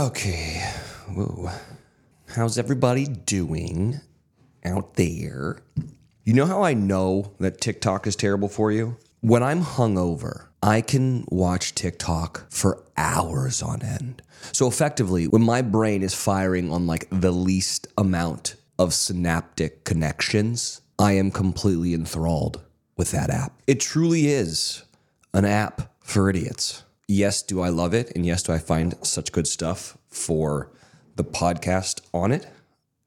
Okay. Whoa. How's everybody doing out there? You know how I know that TikTok is terrible for you? When I'm hungover, I can watch TikTok for hours on end. So effectively, when my brain is firing on like the least amount of synaptic connections, I am completely enthralled with that app. It truly is an app for idiots. Yes, do I love it? And yes, do I find such good stuff for the podcast on it?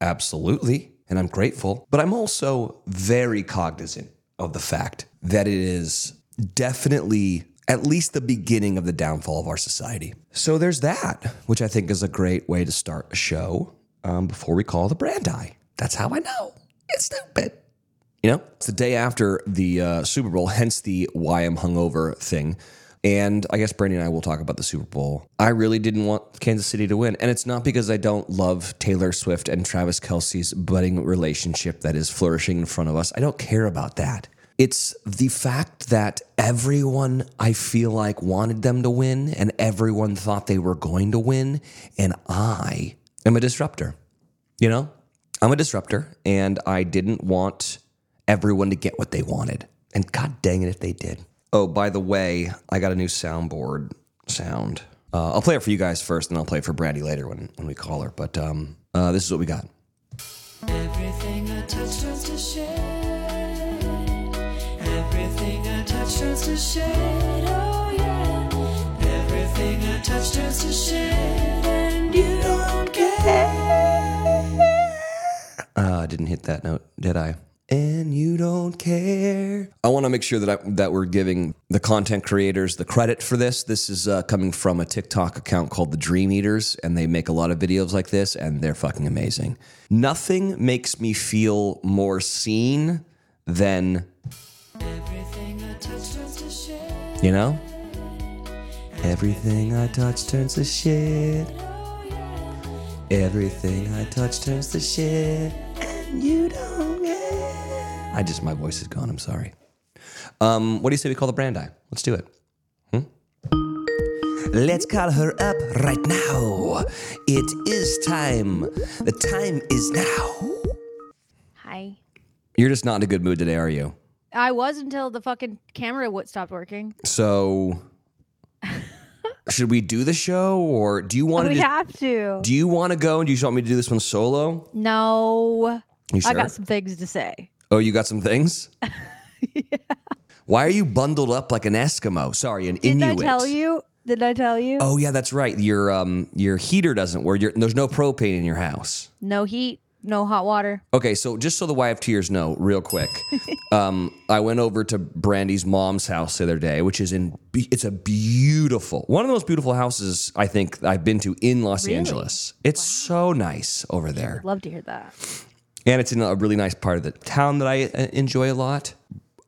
Absolutely. And I'm grateful. But I'm also very cognizant of the fact that it is definitely at least the beginning of the downfall of our society. So there's that, which I think is a great way to start a show um, before we call the brand eye. That's how I know. It's stupid. You know, it's the day after the uh, Super Bowl, hence the why I'm hungover thing. And I guess Brandy and I will talk about the Super Bowl. I really didn't want Kansas City to win. And it's not because I don't love Taylor Swift and Travis Kelsey's budding relationship that is flourishing in front of us. I don't care about that. It's the fact that everyone I feel like wanted them to win and everyone thought they were going to win. And I am a disruptor. You know, I'm a disruptor and I didn't want everyone to get what they wanted. And god dang it if they did. Oh, by the way, I got a new soundboard sound. Uh, I'll play it for you guys first and I'll play it for Brandy later when, when we call her. But um, uh, this is what we got. Everything I touch turns to shade. Everything I touch turns to shade. Oh yeah. Everything I touch turns to shade, and you don't care. Uh, I didn't hit that note, did I? And you don't care. I want to make sure that I, that we're giving the content creators the credit for this. This is uh, coming from a TikTok account called The Dream Eaters, and they make a lot of videos like this, and they're fucking amazing. Nothing makes me feel more seen than Everything I touch turns to shade. you know. Everything I touch turns to shit. Oh yeah. Everything I touch turns to shit, and you don't care. I just, my voice is gone. I'm sorry. Um, what do you say we call the brand eye? Let's do it. Hmm? Let's call her up right now. It is time. The time is now. Hi. You're just not in a good mood today, are you? I was until the fucking camera w- stopped working. So, should we do the show, or do you want to? We just- have to. Do you want to go, and do you just want me to do this one solo? No. You sure? I got some things to say. Oh, you got some things? Why are you bundled up like an Eskimo? Sorry, an Didn't Inuit. I tell you? Did I tell you? Oh yeah, that's right. Your um your heater doesn't work. Your, there's no propane in your house. No heat, no hot water. Okay, so just so the YFTers know, real quick, um, I went over to Brandy's mom's house the other day, which is in be- it's a beautiful one of the most beautiful houses I think I've been to in Los Really? Angeles. It's so nice over there. Love to hear that. and it's in a really nice part of the town that I uh, enjoy a lot.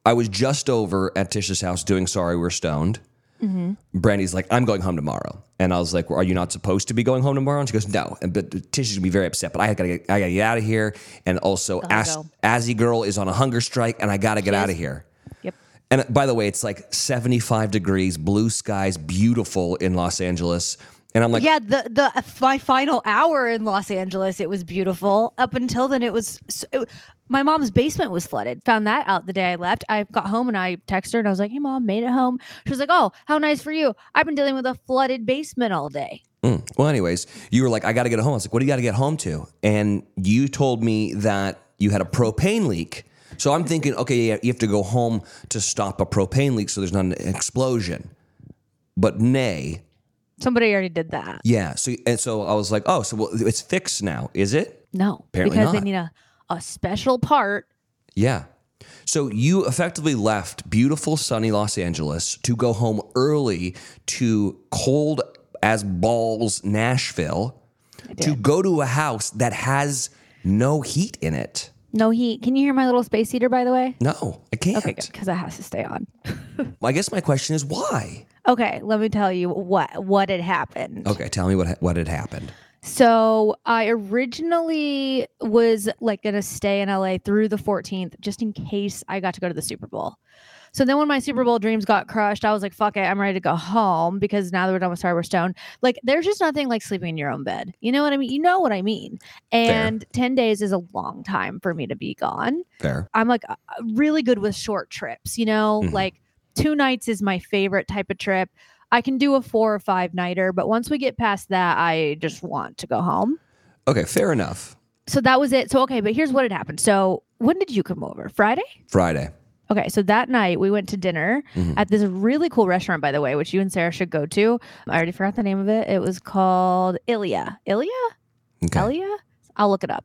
I was just over at Tisha's house doing "Sorry We're Stoned." Mm-hmm. Brandy's like, "I'm going home tomorrow," and I was like, well, "Are you not supposed to be going home tomorrow?" And she goes, "No," and but Tisha's gonna be very upset. But I gotta, get, I gotta get out of here. And also, As- go. Azzy girl is on a hunger strike, and I gotta get out of here. Yep. And uh, by the way, it's like 75 degrees, blue skies, beautiful in Los Angeles. And I'm like, Yeah, the the uh, my final hour in Los Angeles, it was beautiful. Up until then, it was s- it, my mom's basement was flooded. Found that out the day I left. I got home and I texted her and I was like, "Hey, mom, made it home." She was like, "Oh, how nice for you. I've been dealing with a flooded basement all day." Mm. Well, anyways, you were like, I got to get home. I was like, what do you got to get home to? And you told me that you had a propane leak. So I'm thinking, okay, yeah, you have to go home to stop a propane leak so there's not an explosion. But nay, Somebody already did that. yeah. So and so I was like, oh, so well, it's fixed now, is it? No, Apparently because not. they need a, a special part. Yeah. So you effectively left beautiful sunny Los Angeles to go home early to cold as balls Nashville to go to a house that has no heat in it. No heat. Can you hear my little space heater, by the way? No, I can't. Okay, good, because that has to stay on. I guess my question is why? Okay, let me tell you what what had happened. Okay, tell me what ha- what had happened. So I originally was like gonna stay in LA through the 14th, just in case I got to go to the Super Bowl. So then when my Super Bowl dreams got crushed, I was like, fuck it, I'm ready to go home because now that we're done with Star Wars Stone, like there's just nothing like sleeping in your own bed. You know what I mean? You know what I mean. And 10 days is a long time for me to be gone. Fair. I'm like uh, really good with short trips, you know, Mhm. like two nights is my favorite type of trip. I can do a four or five nighter, but once we get past that, I just want to go home. Okay, fair enough. So that was it. So, okay, but here's what had happened. So, when did you come over? Friday? Friday. Okay, so that night we went to dinner Mhm. at this really cool restaurant, by the way, which you and Sarah should go to. I already forgot the name of it. It was called Ilia. Ilia? Okay. Elia? I'll look it up.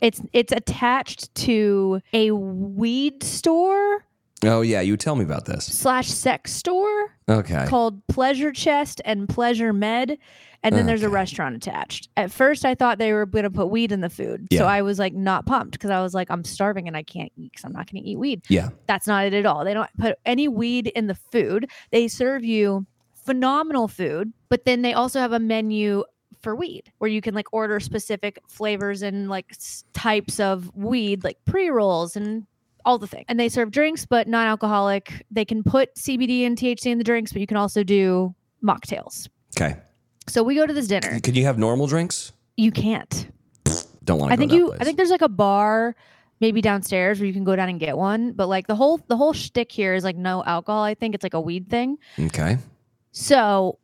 it's it's attached to a weed store Oh yeah, you tell me about this. slash sex store Okay. called Pleasure Chest and Pleasure Med. And then there's a Okay. restaurant attached. At first, I thought they were going to put weed in the food. Yeah. So I was like, not pumped because I was like, I'm starving and I can't eat because I'm not going to eat weed. Yeah. That's not it at all. They don't put any weed in the food. They serve you phenomenal food, but then they also have a menu for weed where you can like order specific flavors and like s- types of weed, like pre rolls and all the things. And they serve drinks, but non alcoholic. They can put CBD and THC in the drinks, but you can also do mocktails. Okay. So we go to this dinner. Can you have normal drinks? You can't. Don't want to. I think to that you. Place. I think there's like a bar, maybe downstairs where you can go down and get one. But like the whole the whole shtick here is like no alcohol. I think it's like a weed thing. Okay. So,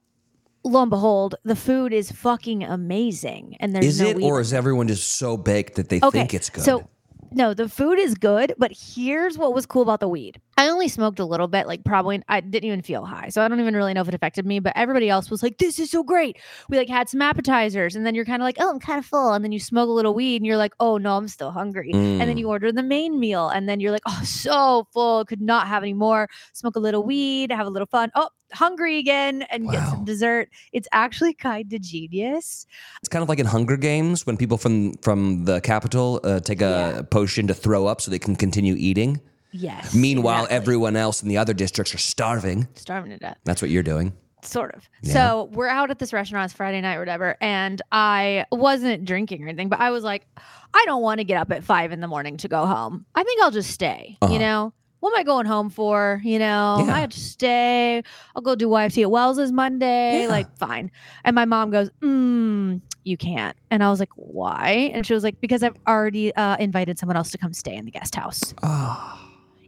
lo and behold, the food is fucking amazing, and there's Is no it, weed. or is everyone just so baked that they Okay, think it's good? So, no, the food is good, but here's what was cool about the weed. I only smoked a little bit, like probably I didn't even feel high. So I don't even really know if it affected me, but everybody else was like, this is so great. We like had some appetizers and then you're kind of like, oh, I'm kind of full. And then you smoke a little weed and you're like, oh no, I'm still hungry. And then Mm. you order the main meal and then you're like, oh, so full, could not have any more. Smoke a little weed, have a little fun. Oh, hungry again and get Wow. some dessert. It's actually kind of genius. it's kind of like in Hunger Games when people from from the capital uh, take a Yeah. potion to throw up so they can continue eating. Yes. Meanwhile, exactly. everyone else in the other districts are starving. starving to death. That's what you're doing. sort of. Yeah. So we're out at this restaurant. It's Friday night or whatever, and I wasn't drinking or anything, but I was like, I don't want to get up at five in the morning to go home. I think I'll just stay. Uh-huh. You know, what am I going home for? You know, Yeah. I'll just stay. I'll go do YFT at Wells's Monday. Yeah. Like, fine. And my mom goes, mm, you can't. And I was like, why? And she was like, because I've already uh, invited someone else to come stay in the guest house Ah.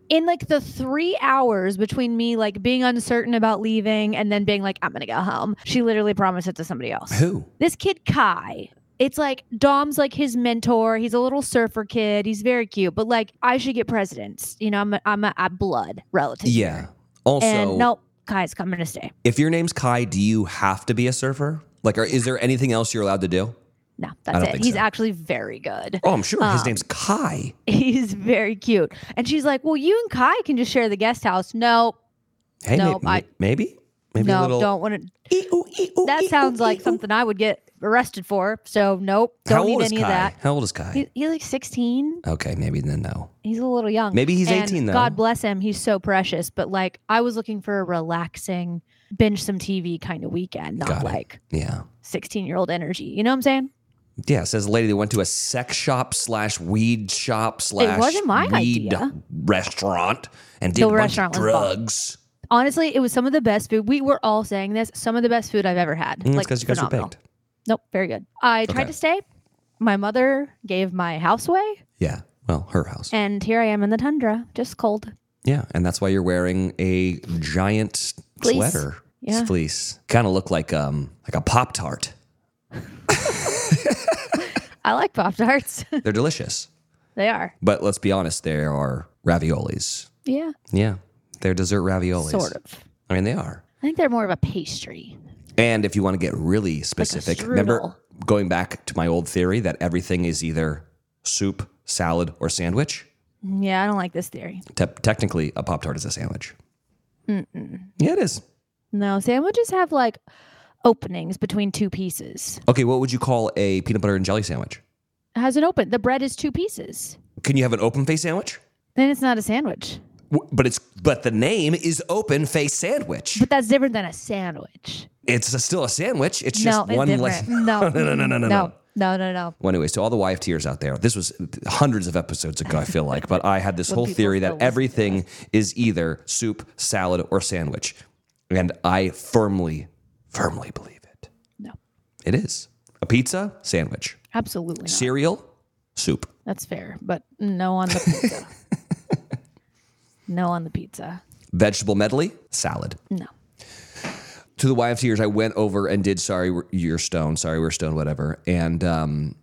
in like the three hours between me like being uncertain about leaving and then being like i'm gonna go home she literally promised it to somebody else Who? this kid kai it's like dom's like his mentor he's a little surfer kid he's very cute but like i should get presidents you know i'm a, I'm a, a blood relative Yeah. Also, and nope kai's coming to stay if your name's Kai, do you have to be a surfer? Like, are, is there anything else you're allowed to do? no that's don't it think he's so. actually very good Oh, I'm sure his Um, name's Kai. he's very cute and she's like well you and kai can just share the guest house no Hey, no, may- I- maybe, maybe a no little. don't want to Ee, ooh, ee, ooh, That ee, sounds ooh, like ee, ooh. something I would get arrested for. So nope, How don't old need is any Kai? of that. How old is Kai? He, he's like 16. okay, maybe then no. He's a little young. Maybe he's And 18 though. God bless him. He's so precious. But like, I was looking for a relaxing, binge some TV kind of weekend, not Got it. like Yeah. 16 year old energy. You know what I'm saying? Yeah, says a lady that went to a sex shop slash weed shop slash wasn't my weed idea. restaurant and did The a bunch restaurant of was Mm, bomb. drugs. Honestly, it was some of the best food. We were all saying this. Some of the best food I've ever had. Mm, like, because you guys were phenomenal. baked. Nope, very good. I tried Okay. to stay. My mother gave my house away, Yeah. Well, her house. and here I am in the tundra, just cold. yeah, and that's why you're wearing a giant Fleece. sweater. Yeah. Fleece. Kind of look like um like a pop tart. I like Pop Tarts. They're delicious, they are. but let's be honest, they are raviolis. Yeah. Yeah, they're dessert raviolis. Sort of. I mean, they are. I think they're more of a pastry. And if you want to get really specific, strudel. remember going back to my old theory that everything is either soup, salad, or sandwich? Yeah, I don't like this theory. Te- technically, a Pop Tart is a sandwich. Yeah, it is. No, sandwiches have like openings between two pieces. Okay, what would you call a peanut butter and jelly sandwich? It has an open. The bread is two pieces. Can you have an open face sandwich? Then it's not a sandwich. W- But it's but the name is open face sandwich. But that's different than a sandwich. It's a- still a sandwich. It's no, just it's one different. less. No, no, no, no, no, no, no. No, no, no. Well, anyway, to all the YFTers out there, this was hundreds of episodes ago, I feel like, but I had this whole people theory still that listen to everything is either soup, salad, or sandwich. And I firmly, firmly believe it. No. It is a pizza, sandwich, Absolutely not. cereal, soup. That's fair, but no on the pizza. no on the pizza. vegetable medley, salad. No. To the YFTers, I went over and did "Sorry We're- You're Stoned," "Sorry We're Stoned," whatever, and um,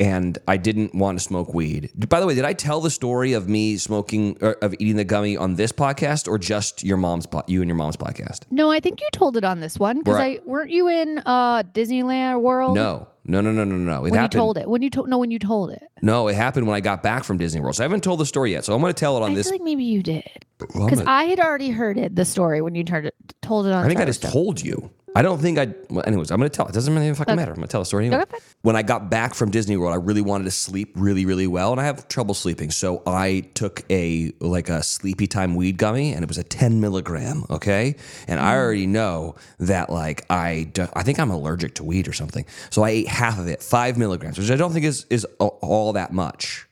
and I didn't want to smoke weed. By the way, did I tell the story of me smoking or of eating the gummy on this podcast, or just your mom's, po- you and your mom's podcast? No, I think you told it on this one because Right. I weren't you in uh Disneyland World No, no, no, no, no, no. It when happened. you told it. When you told no, when you told it. no, it happened when I got back from Disney World. So I haven't told the story yet. So I'm going to tell it on I this. feel like maybe you did Well, I'm because gonna- I had already heard it the story when you turned it, told it on. I think I Trevor just Stone. told you. I don't think I. Well, anyways, I'm gonna tell. It doesn't really fucking matter. I'm gonna tell the story anyway. Okay, fine. When I got back from Disney World, I really wanted to sleep really, really well, and I have trouble sleeping. So I took a like a sleepy time weed gummy, and it was a 10 milligram. Okay, and I already know that like I do, I think I'm allergic to weed or something. So I ate half of it, five milligrams, which I don't think is is a- all that much.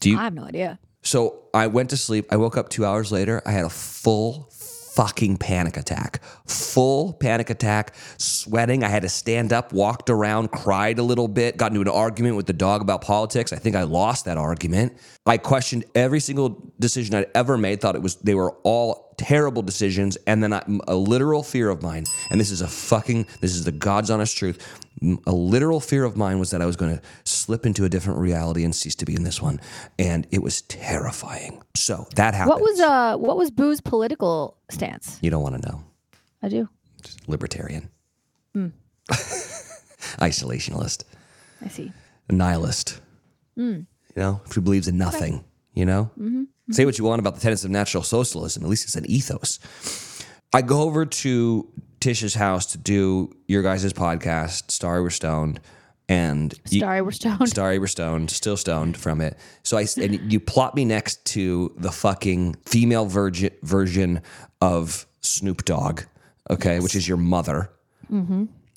Do you? I have no idea. So I went to sleep. I woke up two hours later. I had a full fucking panic attack. Full panic attack, sweating. I had to stand up, walked around, cried a little bit, got into an argument with the dog about politics. I think I lost that argument. I questioned every single decision I'd ever made, thought it was they were all terrible decisions, and then I, a literal fear of mine, and this is a fucking this is the God's honest truth. m- A literal fear of mine was that I was going to slip into a different reality and cease to be in this one, and it was terrifying. So that happened. What was uh what was Boo's political stance? You don't want to know. I do. Just libertarian, Hmm. isolationist, I see. nihilist. Hmm. You know, who believes in nothing. You know, Mm-hmm. say what you want about the tenets of natural socialism. At least it's an ethos. I go over to Tish's house to do your guys' podcast, Starry We're Stoned, and you- Sorry, we're stoned. Starry We're Stoned, still stoned from it. So I s- and you plot me next to the fucking female virgin version of Snoop Dogg, okay, which is your mother.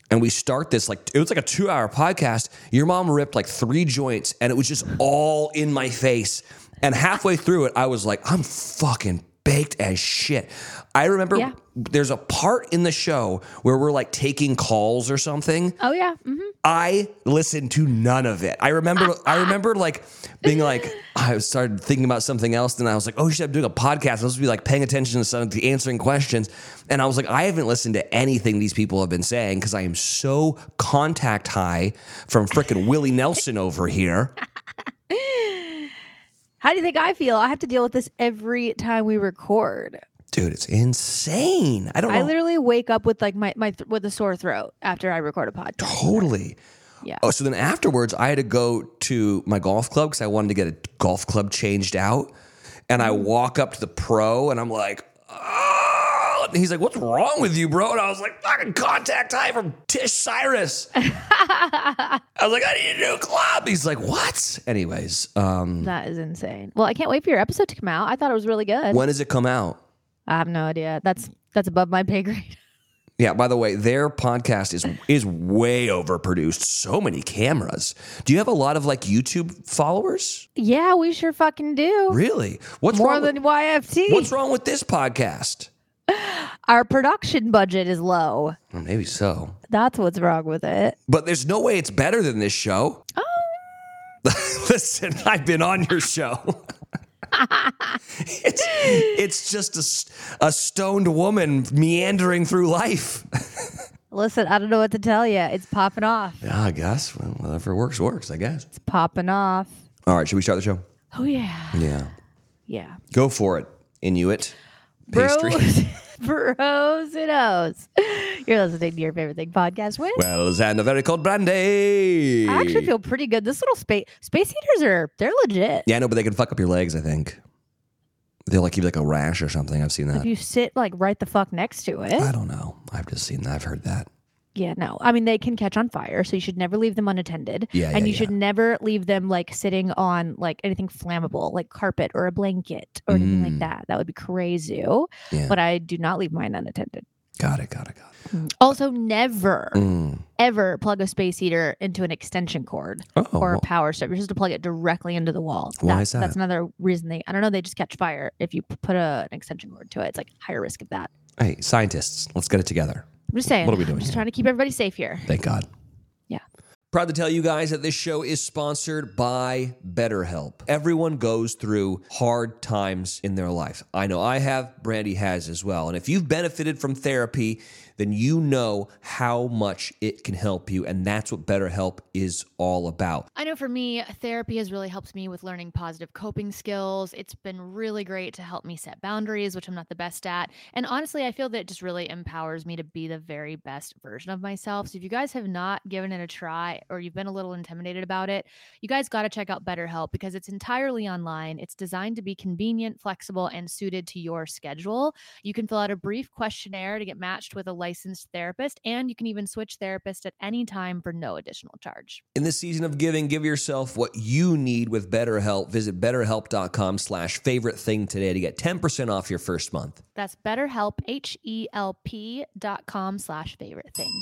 And we start this like it was like a two hour podcast. Your mom ripped like three joints, and it was just all in my face. And halfway through it, I was like, I'm fucking baked as shit. I remember Yeah. there's a part in the show where we're like taking calls or something. Oh yeah. hmm I listened to none of it. I remember I remember like being like I started thinking about something else and I was like, oh shit, I'm doing a podcast. I'm supposed to be like paying attention to some to answering questions. And I was like, I haven't listened to anything these people have been saying because I am so contact high from frickin' Willie Nelson over here. How do you think I feel? I have to deal with this every time we record. Dude, it's insane. I don't I know. literally wake up with like my my th- with a sore throat after I record a podcast. Totally. Yeah. Oh, so then afterwards, I had to go to my golf club because I wanted to get a golf club changed out. And Mm. I walk up to the pro and I'm like, oh. And he's like, what's wrong with you, bro? And I was like, fucking contact high from Tish Cyrus. I was like, I need a new club. He's like, what? Anyways, um, That is insane. Well, I can't wait for your episode to come out. I thought it was really good. when does it come out? I have no idea. That's that's above my pay grade. Yeah, by the way, their podcast is is way overproduced. So many cameras. Do you have a lot of like YouTube followers? yeah, we sure fucking do. Really? What's More wrong with- than YFT. What's wrong with this podcast? Our production budget is low. Well, maybe so. That's what's wrong with it. But there's no way it's better than this show. Oh. Listen, I've been on your show. it's, it's just a, s- a stoned woman meandering through life. Listen, I don't know what to tell you. It's popping off. Yeah, I guess. Well, whatever works, works, I guess. It's popping off. All right, should we start the show? Oh yeah. Yeah. Yeah. Go for it, Inuit. Bros, Pastry. bros and O's. You're listening to your favorite thing podcast with. Wells and a very cold brandy. I actually feel pretty good. This little space space heaters are they're legit. yeah, I know, but they can fuck up your legs, I think. They'll like give you like a rash or something. I've seen that. If you sit like right the fuck next to it. I don't know. I've just seen that. I've heard that. Yeah, no. I mean, they can catch on fire, so you should never leave them unattended. Yeah, and yeah, you should never leave them like sitting on like anything flammable, like carpet or a blanket or anything like Mm. that. That would be crazy. Yeah. But I do not leave mine unattended. Got it. Got it. Got it. Also, never, Mm. ever plug a space heater into an extension cord Oh, or well- a power strip. You're supposed to plug it directly into the wall. Why That- is that? That's another reason they, I don't know, they just catch fire if you p- put a, an extension cord to it. It's like higher risk of that. Hey, scientists, let's get it together. I'm just saying. What are we doing I'm just here? trying to keep everybody safe here. Thank God. Yeah. Proud to tell you guys that this show is sponsored by BetterHelp. Everyone goes through hard times in their life. I know I have, Brandy has as well. And if you've benefited from therapy, then you know how much it can help you. And that's what BetterHelp is all about. I know for me, therapy has really helped me with learning positive coping skills. It's been really great to help me set boundaries, which I'm not the best at. And honestly, I feel that it just really empowers me to be the very best version of myself. So if you guys have not given it a try or you've been a little intimidated about it, you guys got to check out BetterHelp because it's entirely online. It's designed to be convenient, flexible, and suited to your schedule. You can fill out a brief questionnaire to get matched with a licensed therapist, and you can even switch therapists at any time for no additional charge. In this season of giving, give yourself what you need with BetterHelp. Visit betterhelp.com slash favorite thing today to get 10% off your first month. That's BetterHelp, H-E-L-P dot com slash favorite thing.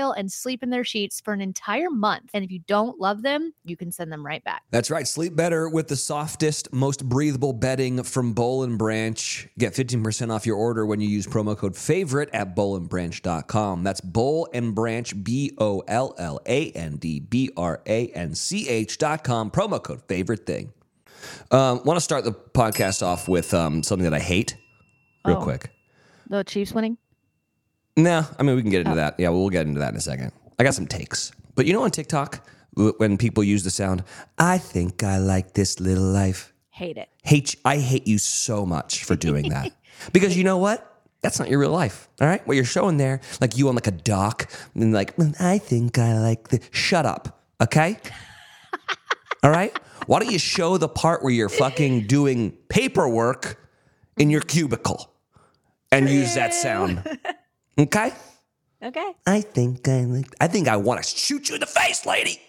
and sleep in their sheets for an entire month. And if you don't love them, you can send them right back. That's right. Sleep better with the softest, most breathable bedding from Bowl and Branch. Get 15% off your order when you use promo code favorite at bowlandbranch.com. That's Bowl and Branch, B O L L A N D B R A N C H.com. Promo code favorite thing. Um, Want to start the podcast off with um, something that I hate real Oh. quick. The Chiefs winning? No, I mean we can get into that. Yeah, we'll get into that in a second. I got some takes, but you know on TikTok w- when people use the sound, I think I like this little life. Hate it. Hate I hate you so much for doing that because you know what? That's not your real life. All right, what you're showing there, like you on like a dock, and like "Mm, I think I like the. Shut up, okay? all right. Why don't you show the part where you're fucking doing paperwork in your cubicle and use that sound? Okay. Okay. I think I like. I think I want to shoot you in the face, lady.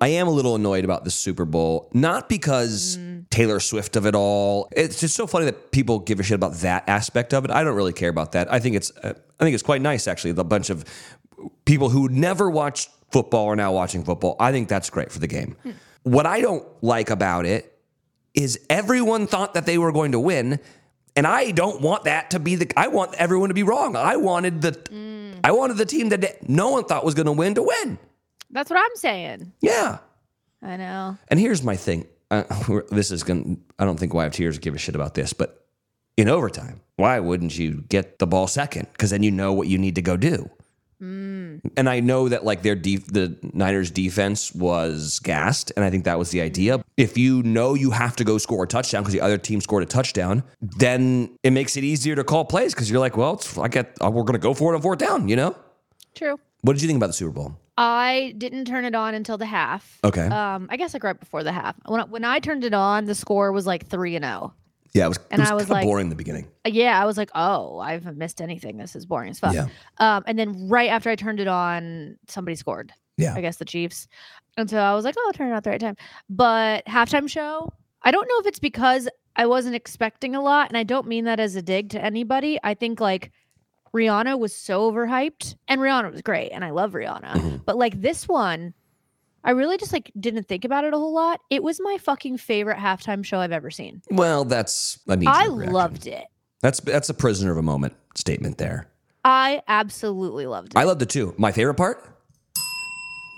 I am a little annoyed about the Super Bowl, not because Taylor Swift of it all. It's just so funny that people give a shit about that aspect of it. I don't really care about that. I think it's, uh, I think it's quite nice actually. The bunch of people who never watched football are now watching football. I think that's great for the game. What I don't like about it is everyone thought that they were going to win and I don't want that to be the I want everyone to be wrong. I wanted the I wanted the team that no one thought was going to win to win. That's what I'm saying. Yeah. I know. And here's my thing. Uh, this is going to I don't think YFTers give a shit about this, but in overtime, why wouldn't you get the ball second cuz then you know what you need to go do. Mm. And I know that like their def- the Niners defense was gassed, and I think that was the idea. If you know you have to go score a touchdown because the other team scored a touchdown, then it makes it easier to call plays because you're like, well, it's, I get we're going to go for it on fourth down. You know, True. what did you think about the Super Bowl? I didn't turn it on until the half. Uh, Okay, Um, I guess like right before the half. When I, when I turned it on, the score was like three and oh. zero. yeah, it was, and it was, I was kinda like- boring in the beginning. Yeah, I was like, oh, I haven't missed anything. This is boring as fuck. Yeah. Um, and then right after I turned it on, somebody scored. Yeah. I guess the Chiefs. And so I was like, oh, I'll turn it on at the right time. But halftime show, I don't know if it's because I wasn't expecting a lot. And I don't mean that as a dig to anybody. I think like Rihanna was so overhyped. And Rihanna was great. And I love Rihanna. Mhm. But like this one, I really just like didn't think about it a whole lot. It was my fucking favorite halftime show I've ever seen. Well, that's a knee-jerk I reaction. loved it. that's that's a prisoner of a moment statement there. I absolutely loved it. I loved it too. My favorite part,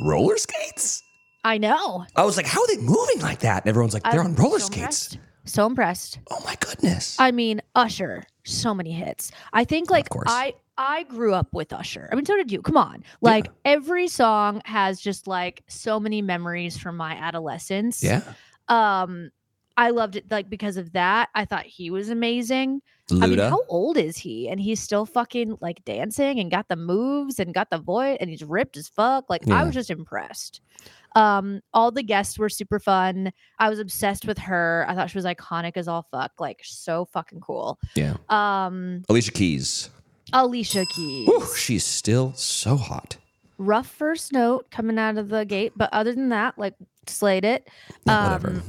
roller skates? I know. I was like, how are they moving like that? And everyone's like, they're I'm on roller so skates. impressed. So impressed. Oh my goodness. I mean, Usher, so many hits. I think like course. I I grew up with Usher. I mean, so did you. Come on. Like every song has just like so many memories from my adolescence. yeah. Um I loved it like because of that. I thought he was amazing. Luda. I mean, how old is he? And he's still fucking like dancing and got the moves and got the voice and he's ripped as fuck. Like Yeah. I was just impressed. Um, all the guests were super fun. I was obsessed with her. I thought she was iconic as all fuck. Like so fucking cool. yeah. Um, Alicia Keys. Alicia Keys. Whew, she's still so hot. Rough first note coming out of the gate, but other than that, like slayed it. Yeah, whatever.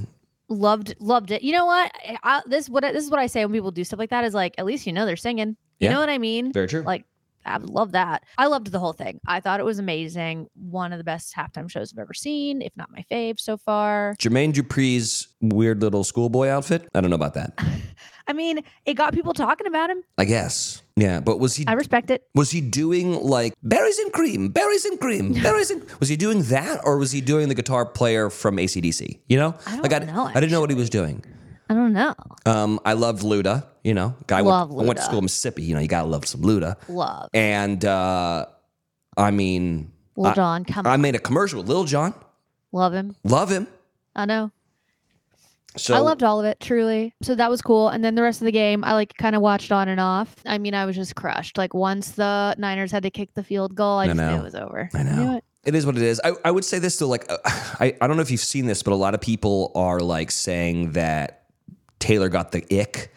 loved loved it. You know what? I, I, this what I- this is what I say when people do stuff like that is like at least you know they're singing. You Yeah. know what I mean? Very true. like- I would love that. I loved the whole thing. I thought it was amazing. One of the best halftime shows I've ever seen, if not my fave so far. Jermaine Dupri's weird little schoolboy outfit. I don't know about that. I mean, it got people talking about him. I guess. Yeah, but was he I respect it. was he doing like berries and cream, berries and cream, berries and was he doing that or was he doing the guitar player from ACDC? You know, I don't like I, know, I didn't know what he was doing. I don't know. Um, I loved Luda. You know, guy Love went, I went to Luda. school in Mississippi. You know, you gotta love some Luda. Love. And uh, I mean, Lil Jon, come I on. made a commercial with Lil Jon. Love him. Love him. I know. So I loved all of it, truly. So that was cool. And then the rest of the game, I like kind of watched on and off. I mean, I was just crushed. Like once the Niners had to kick the field goal, I, I just knew know. it was over. I knew know. it. It is what it is. I, I would say this though, like uh, I, I don't know if you've seen this, but a lot of people are like saying that Taylor got the ick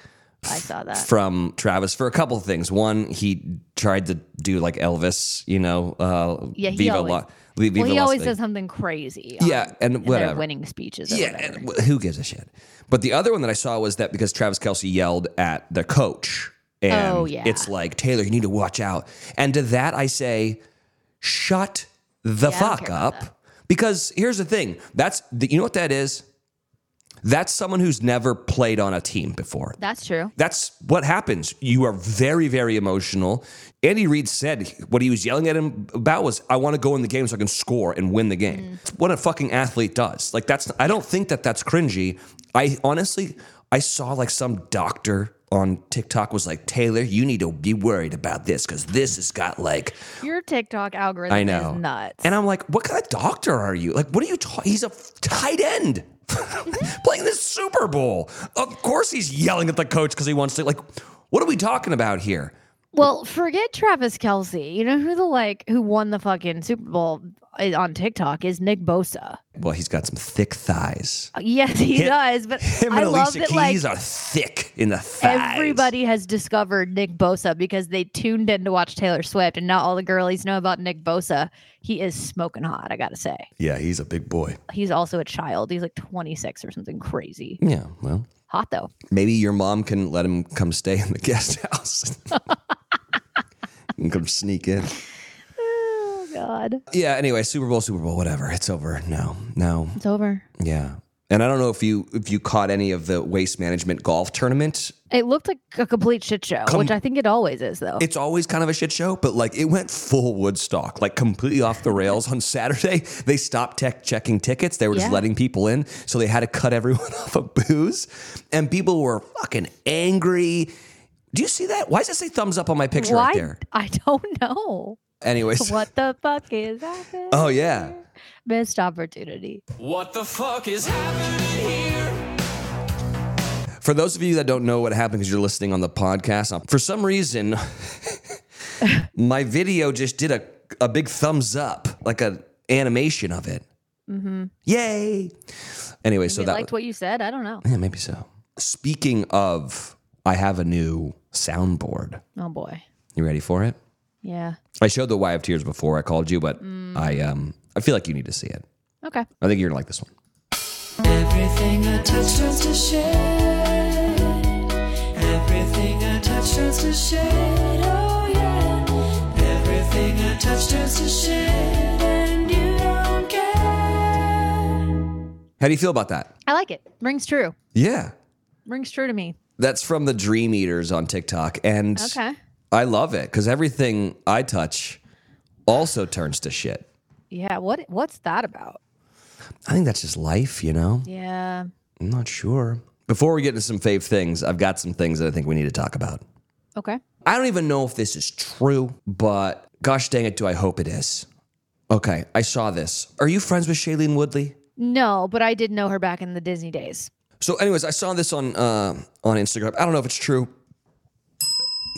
I saw that. from Travis for a couple of things. One, he tried to do like Elvis, you know, uh, Yeah, he Viva always- La, Li- Viva well, he Las always Vegas. does something crazy. on Yeah, and Their whatever. winning speeches. Or Yeah, whatever. and wh- who gives a shit? But the other one that I saw was that because Travis Kelsey yelled at the coach, and Oh, yeah. it's like Taylor, you need to watch out. And to that I say, shut the Yeah, I don't care fuck about up. Because here's the thing: that's the, you know what that is. That's someone who's never played on a team before. That's true. That's what happens. You are very, very emotional. Andy Reid said what he was yelling at him about was, "I want to go in the game so I can score and win the game." It's What a fucking athlete does. Like that's. I don't think that that's cringy. I honestly, I saw like some doctor on TikTok was like, "Taylor, you need to be worried about this because this has got like." Your TikTok algorithm I know. is nuts. And I'm like, "What kind of doctor are you? Like, what are you talking? He's a f- tight end." playing this Super Bowl. Of course he's yelling at the coach because he wants to like what are we talking about here? Well, forget Travis Kelsey. You know who the like who won the fucking Super Bowl i- on TikTok is Nick Bosa. Uh, Well, he's got some thick thighs. Yes, he Him- does. But Him I and love Alicia that Keys like are thick in the thighs. everybody has discovered Nick Bosa because they tuned in to watch Taylor Swift, and now all the girlies know about Nick Bosa. He is smoking hot. I gotta say, Yeah, he's a big boy. he's also a child. He's like 26 or something crazy. Yeah, well, Hot though. maybe your mom can let him come stay in the guest house. and come sneak in. Oh God, Yeah, anyway, Super Bowl, Super Bowl, whatever. It's over. No. No. it's over. Yeah. And I don't know if you if you caught any of the waste management golf tournament It looked like a complete shit show, which I think it always is though. It's always kind of a shit show, but like it went full Woodstock, like completely off the rails on Saturday. They stopped tech checking tickets. They were just Yeah. letting people in. So they had to cut everyone off of booze. And people were fucking angry. Do you see that? Why does it say thumbs up on my picture Why? right there? I don't know. Anyways. What the fuck is happening? Oh, yeah. Missed opportunity. What the fuck is happening here? For those of you that don't know what happened because you're listening on the podcast, uh, for some reason, my video just did a, a big thumbs up, like a animation of it. Mm-hmm. Yay. Anyway, so So that liked what you said. I don't know. Yeah, maybe so. Speaking of, I have a new soundboard. Oh boy. You ready for it? Yeah. I showed the Why of Tears before I called you, but Mm. I um I feel like you need to see it. Okay. I think you're gonna like this one. Everything I touch turns to shit. Everything I touch turns to shit. Oh yeah. Everything I touch turns to shit, and you don't care. How do you feel about that? I like it. Rings true. Yeah. Rings true to me. That's from the Dream Eaters on TikTok. And Okay. I love it because everything I touch also turns to shit. Yeah. What what's that about? I think that's just life, you know? Yeah. I'm not sure. Before we get into some fave things, I've got some things that I think we need to talk about. Okay. I don't even know if this is true, but gosh dang it, do I hope it is. Okay, I saw this. Are you friends with Shailene Woodley? No, but I did know her back in the Disney days. So, anyways, I saw this on uh, on Instagram. I don't know if it's true,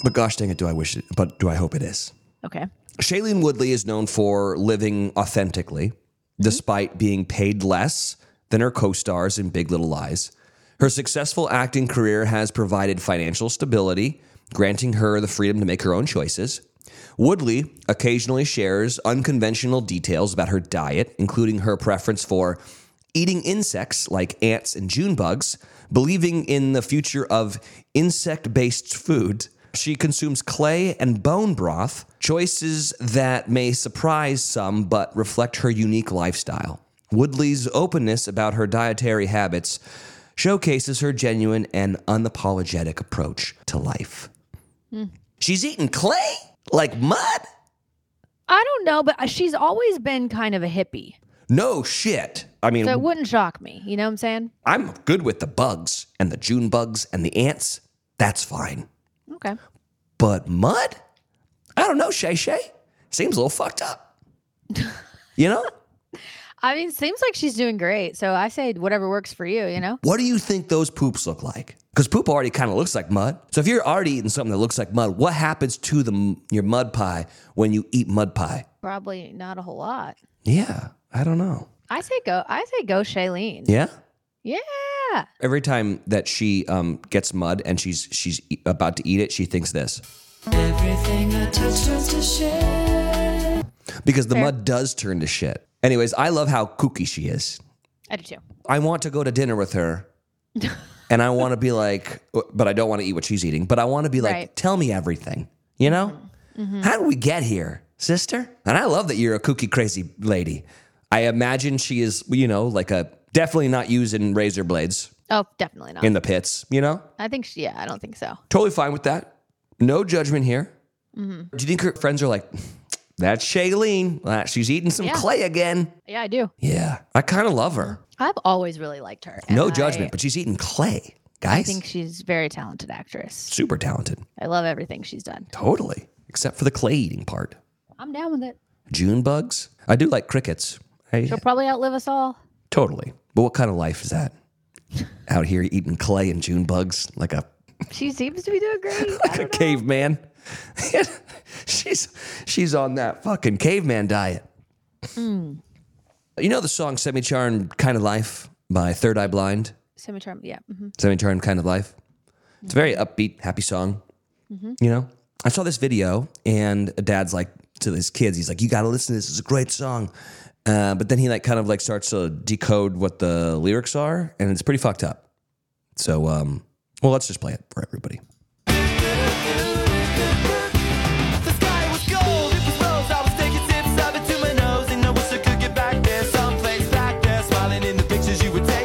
but gosh dang it, do I wish it? But do I hope it is? Okay. Shailene Woodley is known for living authentically, despite being paid less than her co stars in Big Little Lies. Her successful acting career has provided financial stability, granting her the freedom to make her own choices. Woodley occasionally shares unconventional details about her diet, including her preference for eating insects like ants and June bugs, believing in the future of insect based food. She consumes clay and bone broth, choices that may surprise some but reflect her unique lifestyle. Woodley's openness about her dietary habits showcases her genuine and unapologetic approach to life. She's eating clay like mud? I don't know, but she's always been kind of a hippie. No shit. I mean, So it wouldn't shock me. You know what I'm saying? I'm good with the bugs and the June bugs and the ants. That's fine. Okay. But mud? I don't know, Shay Shay. Seems a little fucked up. You know? I mean, seems like she's doing great. So I say whatever works for you, you know? What do you think those poops look like? Because poop already kind of looks like mud. So if you're already eating something that looks like mud, what happens to the your mud pie when you eat mud pie? Probably not a whole lot. Yeah, I don't know. I say go. I say go, Shailene. Yeah. Yeah. Every time that she um, gets mud and she's she's e- about to eat it, she thinks this Everything I touch turns to shit. because the mud does turn to shit. Anyways, I love how kooky she is. I do too. I want to go to dinner with her. and I want to be like, but I don't want to eat what she's eating, but I want to be like, Right. Mm-hmm. tell me everything, you know? How did we get here, sister? And I love that you're a kooky, crazy lady. I imagine she is, you know, like a definitely not using razor blades Oh, definitely not. in the pits, you know? I think she, yeah, I don't think so. Totally fine with that. No judgment here. Mm-hmm. Do you think her friends are like, that's Shailene? Ah, she's eating some Yeah. clay again. Yeah, I do. Yeah, I kind of love her. I've always really liked her. and No I- judgment, but she's eating clay, guys. I think she's a very talented actress. super talented. I love everything she's done. Totally. Except for the clay eating part. I'm down with it. June bugs. I do like crickets. I, She'll probably outlive us all. totally. But what kind of life is that? Out here eating clay and June bugs like a She seems to be doing great. like a caveman. she's she's on that fucking caveman diet. You know the song Semi-Charmed Kind of Life by Third Eye Blind? Semi-charm, yeah. mhm. Semi-Charmed Kind of Life. It's a very upbeat, happy song. You know, I saw this video, and a dad's like to his kids, he's like, "You got to listen to this. It's a great song." Uh, but then he like kind of like starts to decode what the lyrics are, and it's pretty fucked up. So, um, well, let's just play it for everybody. The sky was gold, it was rose. I was taking sips of it to my nose, and I wish I could get back there, someplace back there, smiling in the pictures you would take.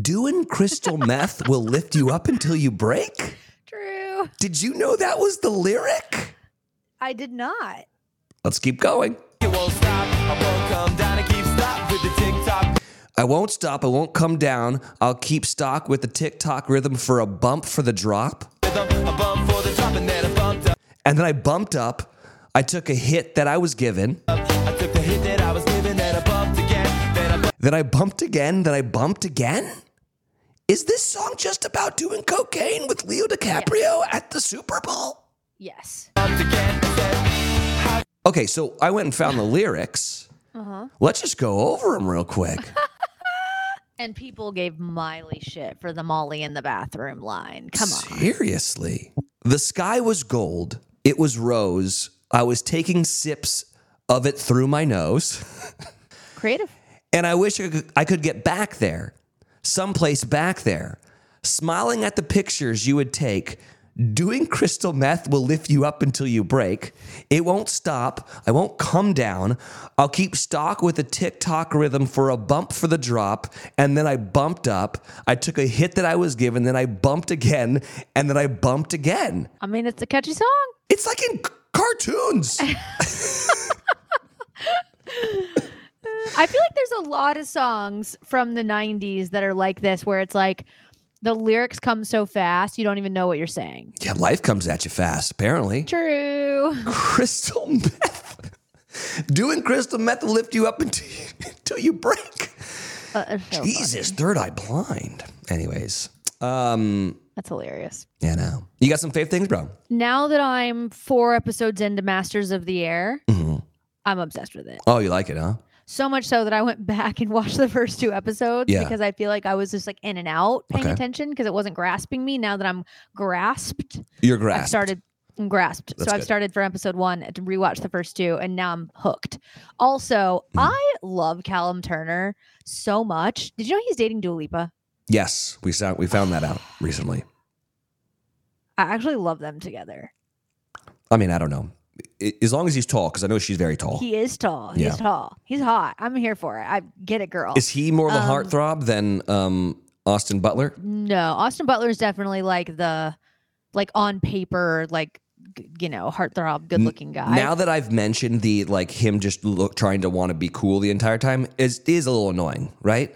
Doing crystal meth will lift you up until you break. Doing crystal meth will lift you up until you break. True. Did you know that was the lyric? I did not. Let's keep going. It won't stop, I won't come down and keep stop with the tick tock. I won't stop. I won't come down. I'll keep stock with the TikTok rhythm for a bump for the drop. rhythm. A bump for the drop and then I bumped up. And then I bumped up. I took a hit that I was given. I took the hit that I was given, then I bumped again, then I bumped. Then I bumped again. Then I bumped again. Is this song just about doing cocaine with Leo DiCaprio at the Super Bowl? Yes. again, I said, Okay, so I went and found the lyrics. Let's just go over them real quick. And people gave Miley shit for the Molly in the bathroom line. Come on. Seriously. The sky was gold. It was rose. I was taking sips of it through my nose. Creative. And I wish I could, I could get back there, someplace back there, smiling at the pictures you would take. Doing crystal meth will lift you up until you break. It won't stop. I won't come down. I'll keep stock with the TikTok rhythm for a bump for the drop. And then I bumped up. I took a hit that I was given. Then I bumped again. And then I bumped again. I mean, it's a catchy song. It's like in cartoons. I feel like there's a lot of songs from the 90s that are like this, where it's like the lyrics come so fast, you don't even know what you're saying. yeah, life comes at you fast, apparently. True. Crystal meth. Doing crystal meth will lift you up until you, until you break. Uh, so Jesus, third eye blind. Anyways, That's hilarious. yeah, no. You got some fave things, bro? Now that I'm four episodes into Masters of the Air, Mm-hmm. I'm obsessed with it. Oh, you like it, huh? So much so that I went back and watched the first two episodes Yeah. because I feel like I was just like in and out paying Okay. attention because it wasn't grasping me. Now that I'm grasped, You're grass. I've started I'm grasped. That's so I've good. started from episode one to rewatch the first two, and now I'm hooked. Also, Hmm. I love Callum Turner so much. Did you know he's dating Dua Lipa? Yes, we saw, we found that out recently. I actually love them together. I mean, I don't know. I- As long as he's tall, because I know she's very tall. He is tall. Yeah. He's tall. He's hot. I'm here for it. I get it, girl. Is he more of a Um, heartthrob than um, Austin Butler? no, Austin Butler is definitely like the like on paper, like g- you know, heartthrob, good looking guy. now that I've mentioned the like him just look, trying to want to be cool the entire time is is a little annoying, right?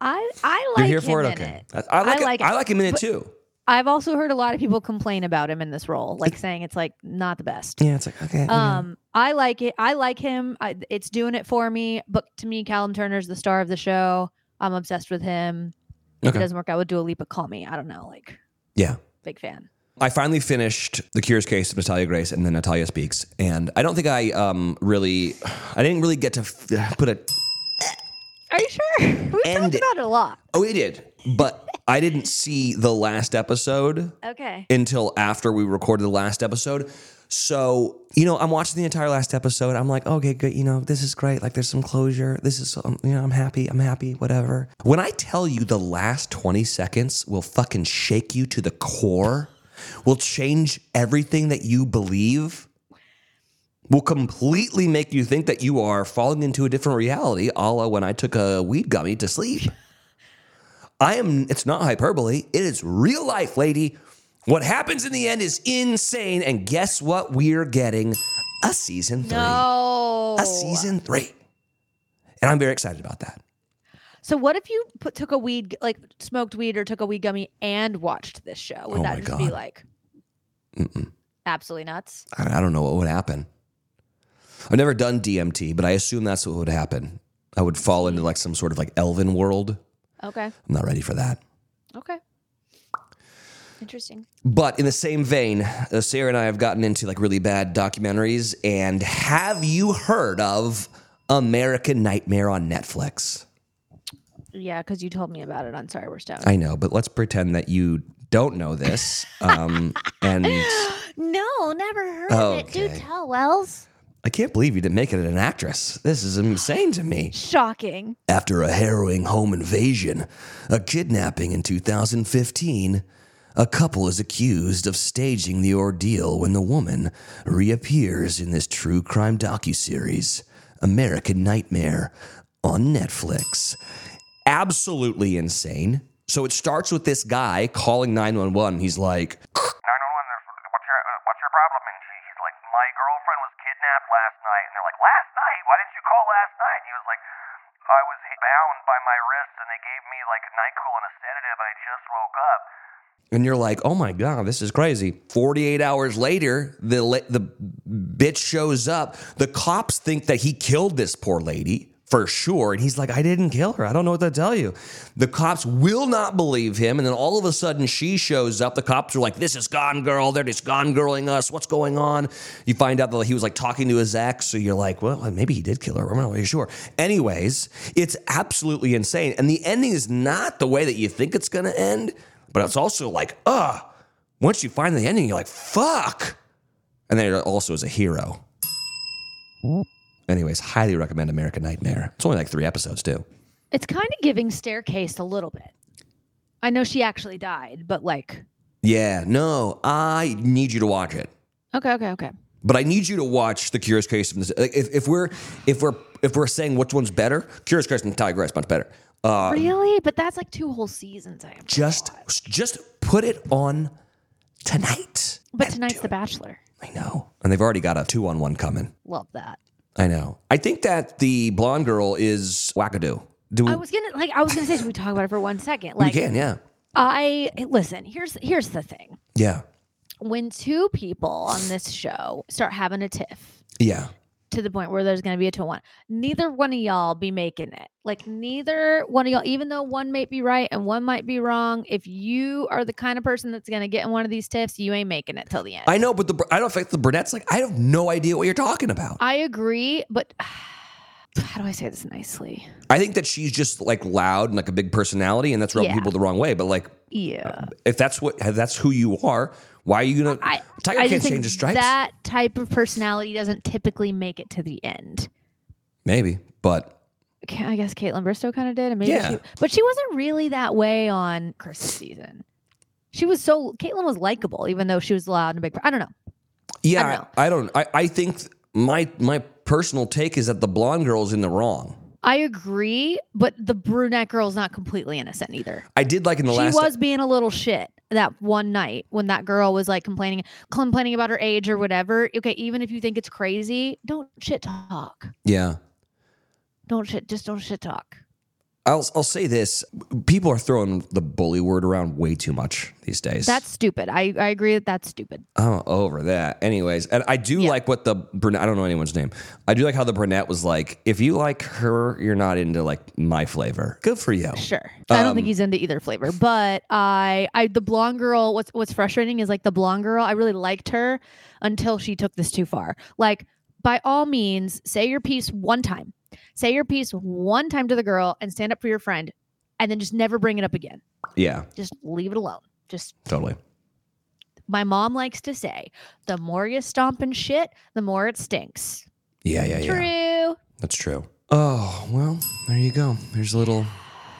I I You're like here him for it, in okay? it. I, I like I it, like it. I like him in it But- too. I've also heard a lot of people complain about him in this role, like saying it's like not the best. Yeah, it's like okay. yeah. Um, I like it. I like him. I, it's doing it for me. But to me, Callum Turner's the star of the show. I'm obsessed with him. If Okay. it doesn't work out with Dua Lipa, call me. I don't know. Like, yeah. big fan. I finally finished The Curious Case of Natalia Grace and then Natalia Speaks. And I don't think I um, really, I didn't really get to f- put a, Are you sure? We've End talked it. about it a lot. oh, we did, but I didn't see the last episode Okay. until after we recorded the last episode. So, you know, I'm watching the entire last episode. I'm like, okay, good. You know, this is great. Like, there's some closure. This is, um, you know, I'm happy. I'm happy, whatever. When I tell you the last 20 seconds will fucking shake you to the core, will change everything that you believe, will completely make you think that you are falling into a different reality, a la when I took a weed gummy to sleep. I am, it's not hyperbole. It is real life, lady. What happens in the end is insane. And guess what? We're getting a season three. No. A season three. And I'm very excited about that. So what if you put, took a weed, like smoked weed or took a weed gummy and watched this show? Would Oh that my just be God. like absolutely nuts? I I don't know what would happen. I've never done DMT, but I assume that's what would happen. I would fall into like some sort of like elven world. Okay. I'm not ready for that. Okay. Interesting. But in the same vein, uh, Sarah and I have gotten into like really bad documentaries. And have you heard of American Nightmare on Netflix? Yeah, because you told me about it on Sorry We're Stoned. I know, but let's pretend that you don't know this. Um, and No, never heard Okay. tell, Wells. I can't believe you didn't make it an actress. This is insane to me. Shocking. After a harrowing home invasion, a kidnapping in 2015, a couple is accused of staging the ordeal when the woman reappears in this true crime docuseries, American Nightmare, on Netflix. Absolutely insane. So it starts with this guy calling 911. He's like, 911, there's, what's your, uh, what's your problem? And she, he's like, my girlfriend was kidnapped last night. And they're like, last night? Why didn't you call last night? And he was like, I was h- bound by my wrists and they gave me like NyQuil and a sedative. I just woke up. and you're like, "Oh my god, this is crazy." 48 hours later, the la- the bitch shows up. The cops think that he killed this poor lady for sure, and he's like, "I didn't kill her. I don't know what to tell you." The cops will not believe him, and then all of a sudden she shows up. The cops are like, "This is gone girl. They're just gone girling us. What's going on?" You find out that he was like talking to his ex, so you're like, "Well, maybe he did kill her. I'm not really sure." Anyways, it's absolutely insane, and the ending is not the way that you think it's going to end but it's also like, ugh. Once you find the ending, you're like, fuck. And then it also is a hero. Anyways, highly recommend American Nightmare. It's only like three episodes too. It's kind of giving staircase a little bit. I know she actually died, but like, Yeah, no, I need you to watch it. Okay, okay, okay. But I need you to watch the Curious Case of Nas- like, if, if we're if we're if we're saying which one's better, Curious Case and Tiger is much better. Uh, Really? But that's like two whole seasons. I have to just watch. just put it on tonight. But tonight's The Bachelor. I know. And they've already got a two on one coming. Love that. I know. I think that the blonde girl is wackadoo. Do we, I was gonna like I was gonna say should we talk about it for one second? we Like can, yeah. I listen, here's here's the thing. Yeah. When two people on this show start having a tiff Yeah. to the point where there's gonna be a two on one, neither one of y'all be making it. Like neither one of y'all, even though one might be right and one might be wrong, if you are the kind of person that's gonna get in one of these tiffs, you ain't making it till the end. I know, but the br- I don't think the brunette's like, I have no idea what you're talking about. I agree, but how do I say this nicely? I think that she's just like loud and like a big personality, and that's rubbing Yeah. people the wrong way. But like, Yeah. if that's what if that's who you are, why are you gonna? I- Tiger I can't just change think his stripes. that type of personality doesn't typically make it to the end. Maybe, but Ca- I guess Caitlyn Bristow kind of did, and maybe Yeah. she, but she wasn't really that way on Chris's season. She was so Caitlyn was likable, even though she was loud and a big. I don't know. yeah, I don't. I, I think th- my my personal take is that the blonde girl's in the wrong. I agree, but the brunette girl's not completely innocent either. I did like in the she last. was being a little shit that one night when that girl was like complaining, complaining about her age or whatever. Okay, even if you think it's crazy, don't shit talk. yeah, Don't shit. Just don't shit talk. I'll I'll say this: people are throwing the bully word around way too much these days. That's stupid. I, I agree that that's stupid. I'm over that. Anyways, and I do like what the brunette. I don't know anyone's name. I do like how the brunette was like, if you like her, you're not into like my flavor. Good for you. Sure. I Um, don't think he's into either flavor, but I I the blonde girl what's what's frustrating is like the blonde girl, I really liked her until she took this too far. Like by all means, say your piece one time. Say your piece one time to the girl and stand up for your friend and then just never bring it up again. Yeah, Just leave it alone. Just totally. my mom likes to say, the more you stomp and shit, the more it stinks. Yeah, yeah, yeah. True. That's true. Oh, well, there you go. There's a little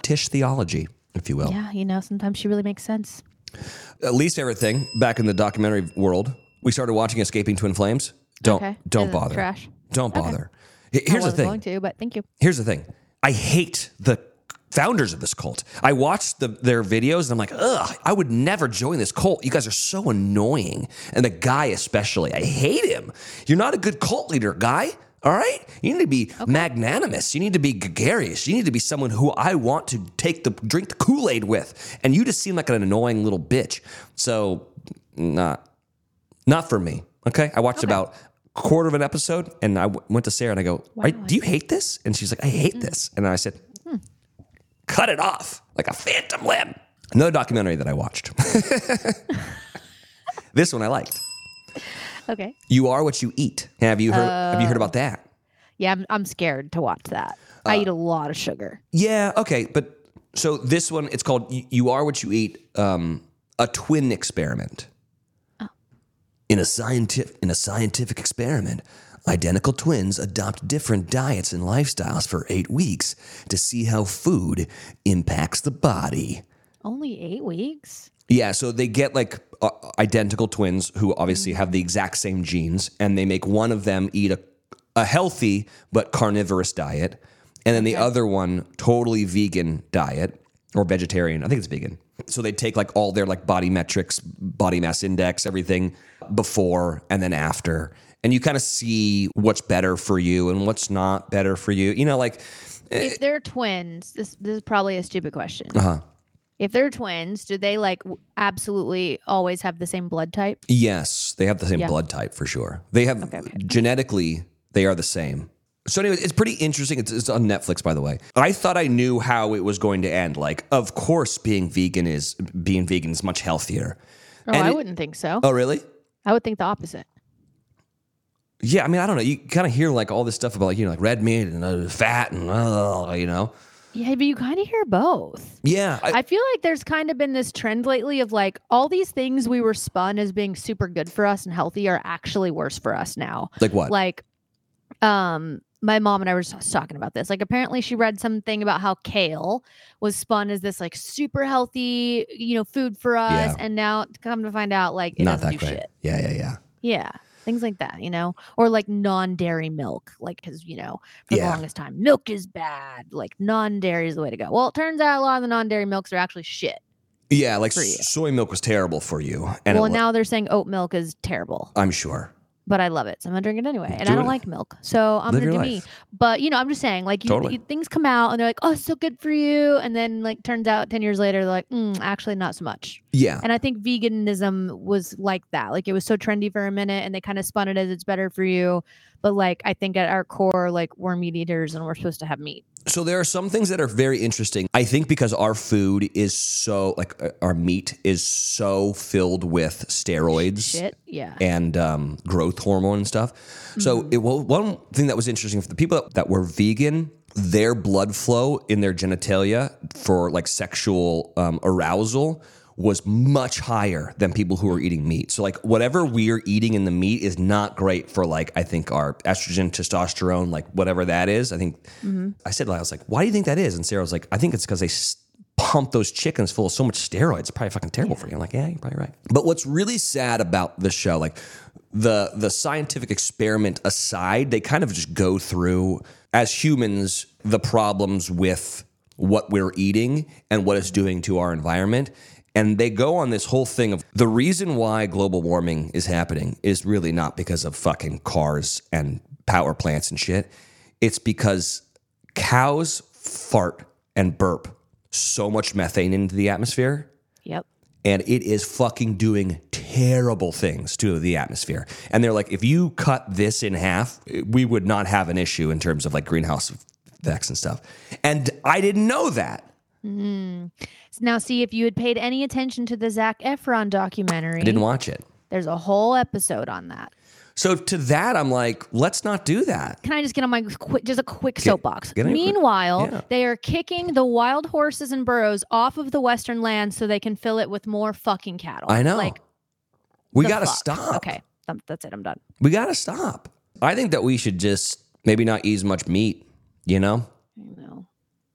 Tish theology, if you will. Yeah, you know, sometimes she really makes sense. Uh, least favorite thing back in the documentary world, we started watching Escaping Twin Flames. Don't Okay. don't Is it bother. trash? Don't bother. H- Here's the I was thing. going to, but thank you. Here's the thing. I hate the founders of this cult. I watched the, their videos and I'm like, ugh, I would never join this cult. You guys are so annoying. And the guy, especially, I hate him. You're not a good cult leader, guy. All right? You need to be magnanimous. You need to be gregarious. You need to be someone who I want to take the drink the Kool Aid with. And you just seem like an annoying little bitch. So, not not for me. Okay. I watched about a quarter of an episode and I w- went to Sarah and I Hmm. go, "Are- Do you hate this? And she's like, I hate this. And I said, Cut it off like a phantom limb. Another documentary that I watched. this one I liked. Okay. You are what you eat. Have you heard? have you heard about that? Yeah, I'm, I'm scared to watch that. I Uh, eat a lot of sugar. Yeah. Okay. But so this one, it's called "You- "You Are What You Eat," um, a twin experiment. In a scientific in a scientific experiment, identical twins adopt different diets and lifestyles for eight weeks to see how food impacts the body. Only eight weeks? Yeah, so they get like uh, identical twins who obviously have the exact same genes, and they make one of them eat a, a healthy but carnivorous diet, and then the other one totally vegan diet or vegetarian. I think it's vegan. So they take like all their like body metrics, body mass index, everything before and then after, and you kind of see what's better for you and what's not better for you. You know, like If they're twins, this this is probably a stupid question. Eh, Uh-huh. If they're twins, do they like w- absolutely always have the same blood type? Yes, they have the same Yeah. blood type for sure. They have okay. genetically they are the same. So anyway, it's pretty interesting. It's, it's on Netflix, by the way. I thought I knew how it was going to end. Like, of course, being vegan is being vegan is much healthier. Oh, And I it- wouldn't think so. Oh, really? I would think the opposite. Yeah, I mean, I don't know. You kind of hear like all this stuff about like you know like red meat and uh, fat and uh, you know. Yeah, but you kind of hear both. Yeah, I, I feel like there's kind of been this trend lately of like all these things we were spun as being super good for us and healthy are actually worse for us now. like what? like um my mom and I were just talking about this. Like apparently she read something about how kale was spun as this like super healthy, you know, food for us Yeah. and now come to find out like it Not doesn't that do great. shit. Yeah, yeah, yeah. Yeah. Things like that, you know, or like non-dairy milk, like cuz you know, for Yeah. the longest time milk is bad, like non-dairy is the way to go. Well, it turns out a lot of the non-dairy milks are actually shit. Yeah, like For you. soy milk was terrible for you, and it well, wa- now they're saying oat milk is terrible. I'm sure. but I love it. So I'm gonna drink it anyway. And Do I don't it. like milk, so I'm Live gonna do your me. life. But you know, I'm just saying, like you, Totally. you- things come out and they're like, oh, it's so good for you, and then like turns out ten years later, they're like, mm, actually not so much. Yeah. And I think veganism was like that. Like it was so trendy for a minute, and they kind of spun it as it's better for you. But like I think at our core, like we're meat eaters and we're supposed to have meat. So there are some things that are very interesting. I think because our food is so like uh, our meat is so filled with steroids Shit, yeah. and um, growth hormone and stuff. So it, well, one thing that was interesting for the people that, that were vegan, their blood flow in their genitalia for like sexual um, arousal was much higher than people who were eating meat. So like whatever we're eating in the meat is not great for like I think our estrogen, testosterone, like whatever that is. I think I said I was like, why do you think that is? And Sarah was like, I think it's because they s- pump those chickens full of so much steroids. It's probably fucking terrible for you. I'm like, yeah, you're probably right. But what's really sad about the show, like the the scientific experiment aside, they kind of just go through as humans the problems with what we're eating and what it's doing to our environment. And they go on this whole thing of the reason why global warming is happening is really not because of fucking cars and power plants and shit. It's because cows fart and burp so much methane into the atmosphere Yep. and it is fucking doing terrible things to the atmosphere. And they're like, if you cut this in half, we would not have an issue in terms of like greenhouse effects and stuff. And I didn't know that. Now, see if you had paid any attention to the Zach Efron documentary. I didn't watch it. There's a whole episode on that. So to that, I'm like, let's not do that. Can I just get on my quick, just a quick soapbox? get on your quick- Meanwhile, yeah. they are kicking the wild horses and burros off of the western land so they can fill it with more fucking cattle. I know. Like, we the got to fuck? stop. Okay, um, that's it. I'm done. We got to stop. I think that we should just maybe not eat as much meat, you know? I know.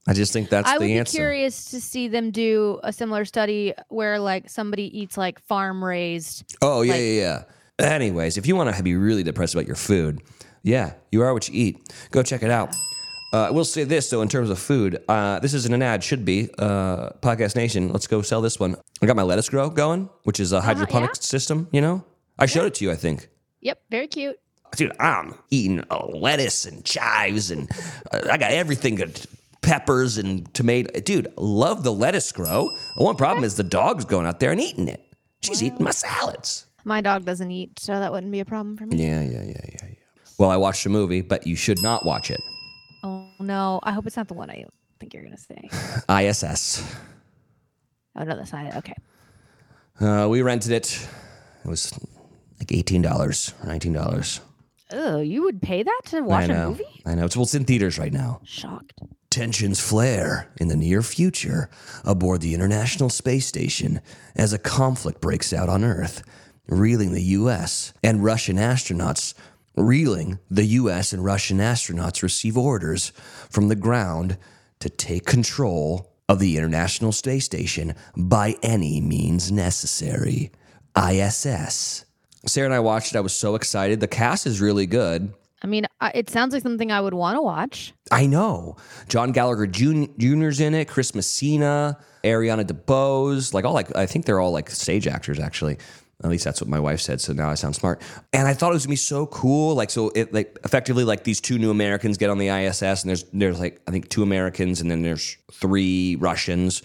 I just think that's I the would be answer. curious to see them do a similar study where like somebody eats like farm raised. Oh yeah, Like- yeah, yeah. Anyways, if you want to be really depressed about your food, yeah, you are what you eat. Go check it out. Uh, I will say this though, in terms of food, uh, this isn't an ad. Should be uh, Podcast Nation. Let's go sell this one. I got my lettuce grow going, which Oh, is a hydroponic system. You know, I showed it to you. I think. Yep, very cute. Dude, I'm eating uh, lettuce and chives and uh, I got everything good. Peppers and tomato. Dude, love the lettuce grow. The one problem is the dog's going out there and eating it. She's eating my salads. My dog doesn't eat, so that wouldn't be a problem for me. Yeah, yeah, yeah, yeah, yeah. Well, I watched a movie, but you should not watch it. Oh no, I hope it's not the one I think you're gonna say. ISS. Oh no, that's not it. Okay. Uh, we rented it. It was like eighteen dollars, nineteen dollars. Oh, you would pay that to I watch a know. movie? I know. It's well, it's in theaters right now. Shocked. Tensions flare in the near future aboard the International Space Station as a conflict breaks out on Earth, reeling the U.S. and Russian astronauts. Reeling, the U.S. and Russian astronauts receive orders from the ground to take control of the International Space Station by any means necessary. ISS. Sarah and I watched it. I was so excited. The cast is really good. I mean, I, it sounds like something I would want to watch. I know. John Gallagher Jun- Jr.'s in it, Chris Messina, Ariana DeBose, like all like I think they're all like stage actors actually. At least that's what my wife said, so now I sound smart. And I thought it was gonna be so cool. Like so it like effectively like these two new Americans get on the ISS and there's there's like I think two Americans and then there's three Russians.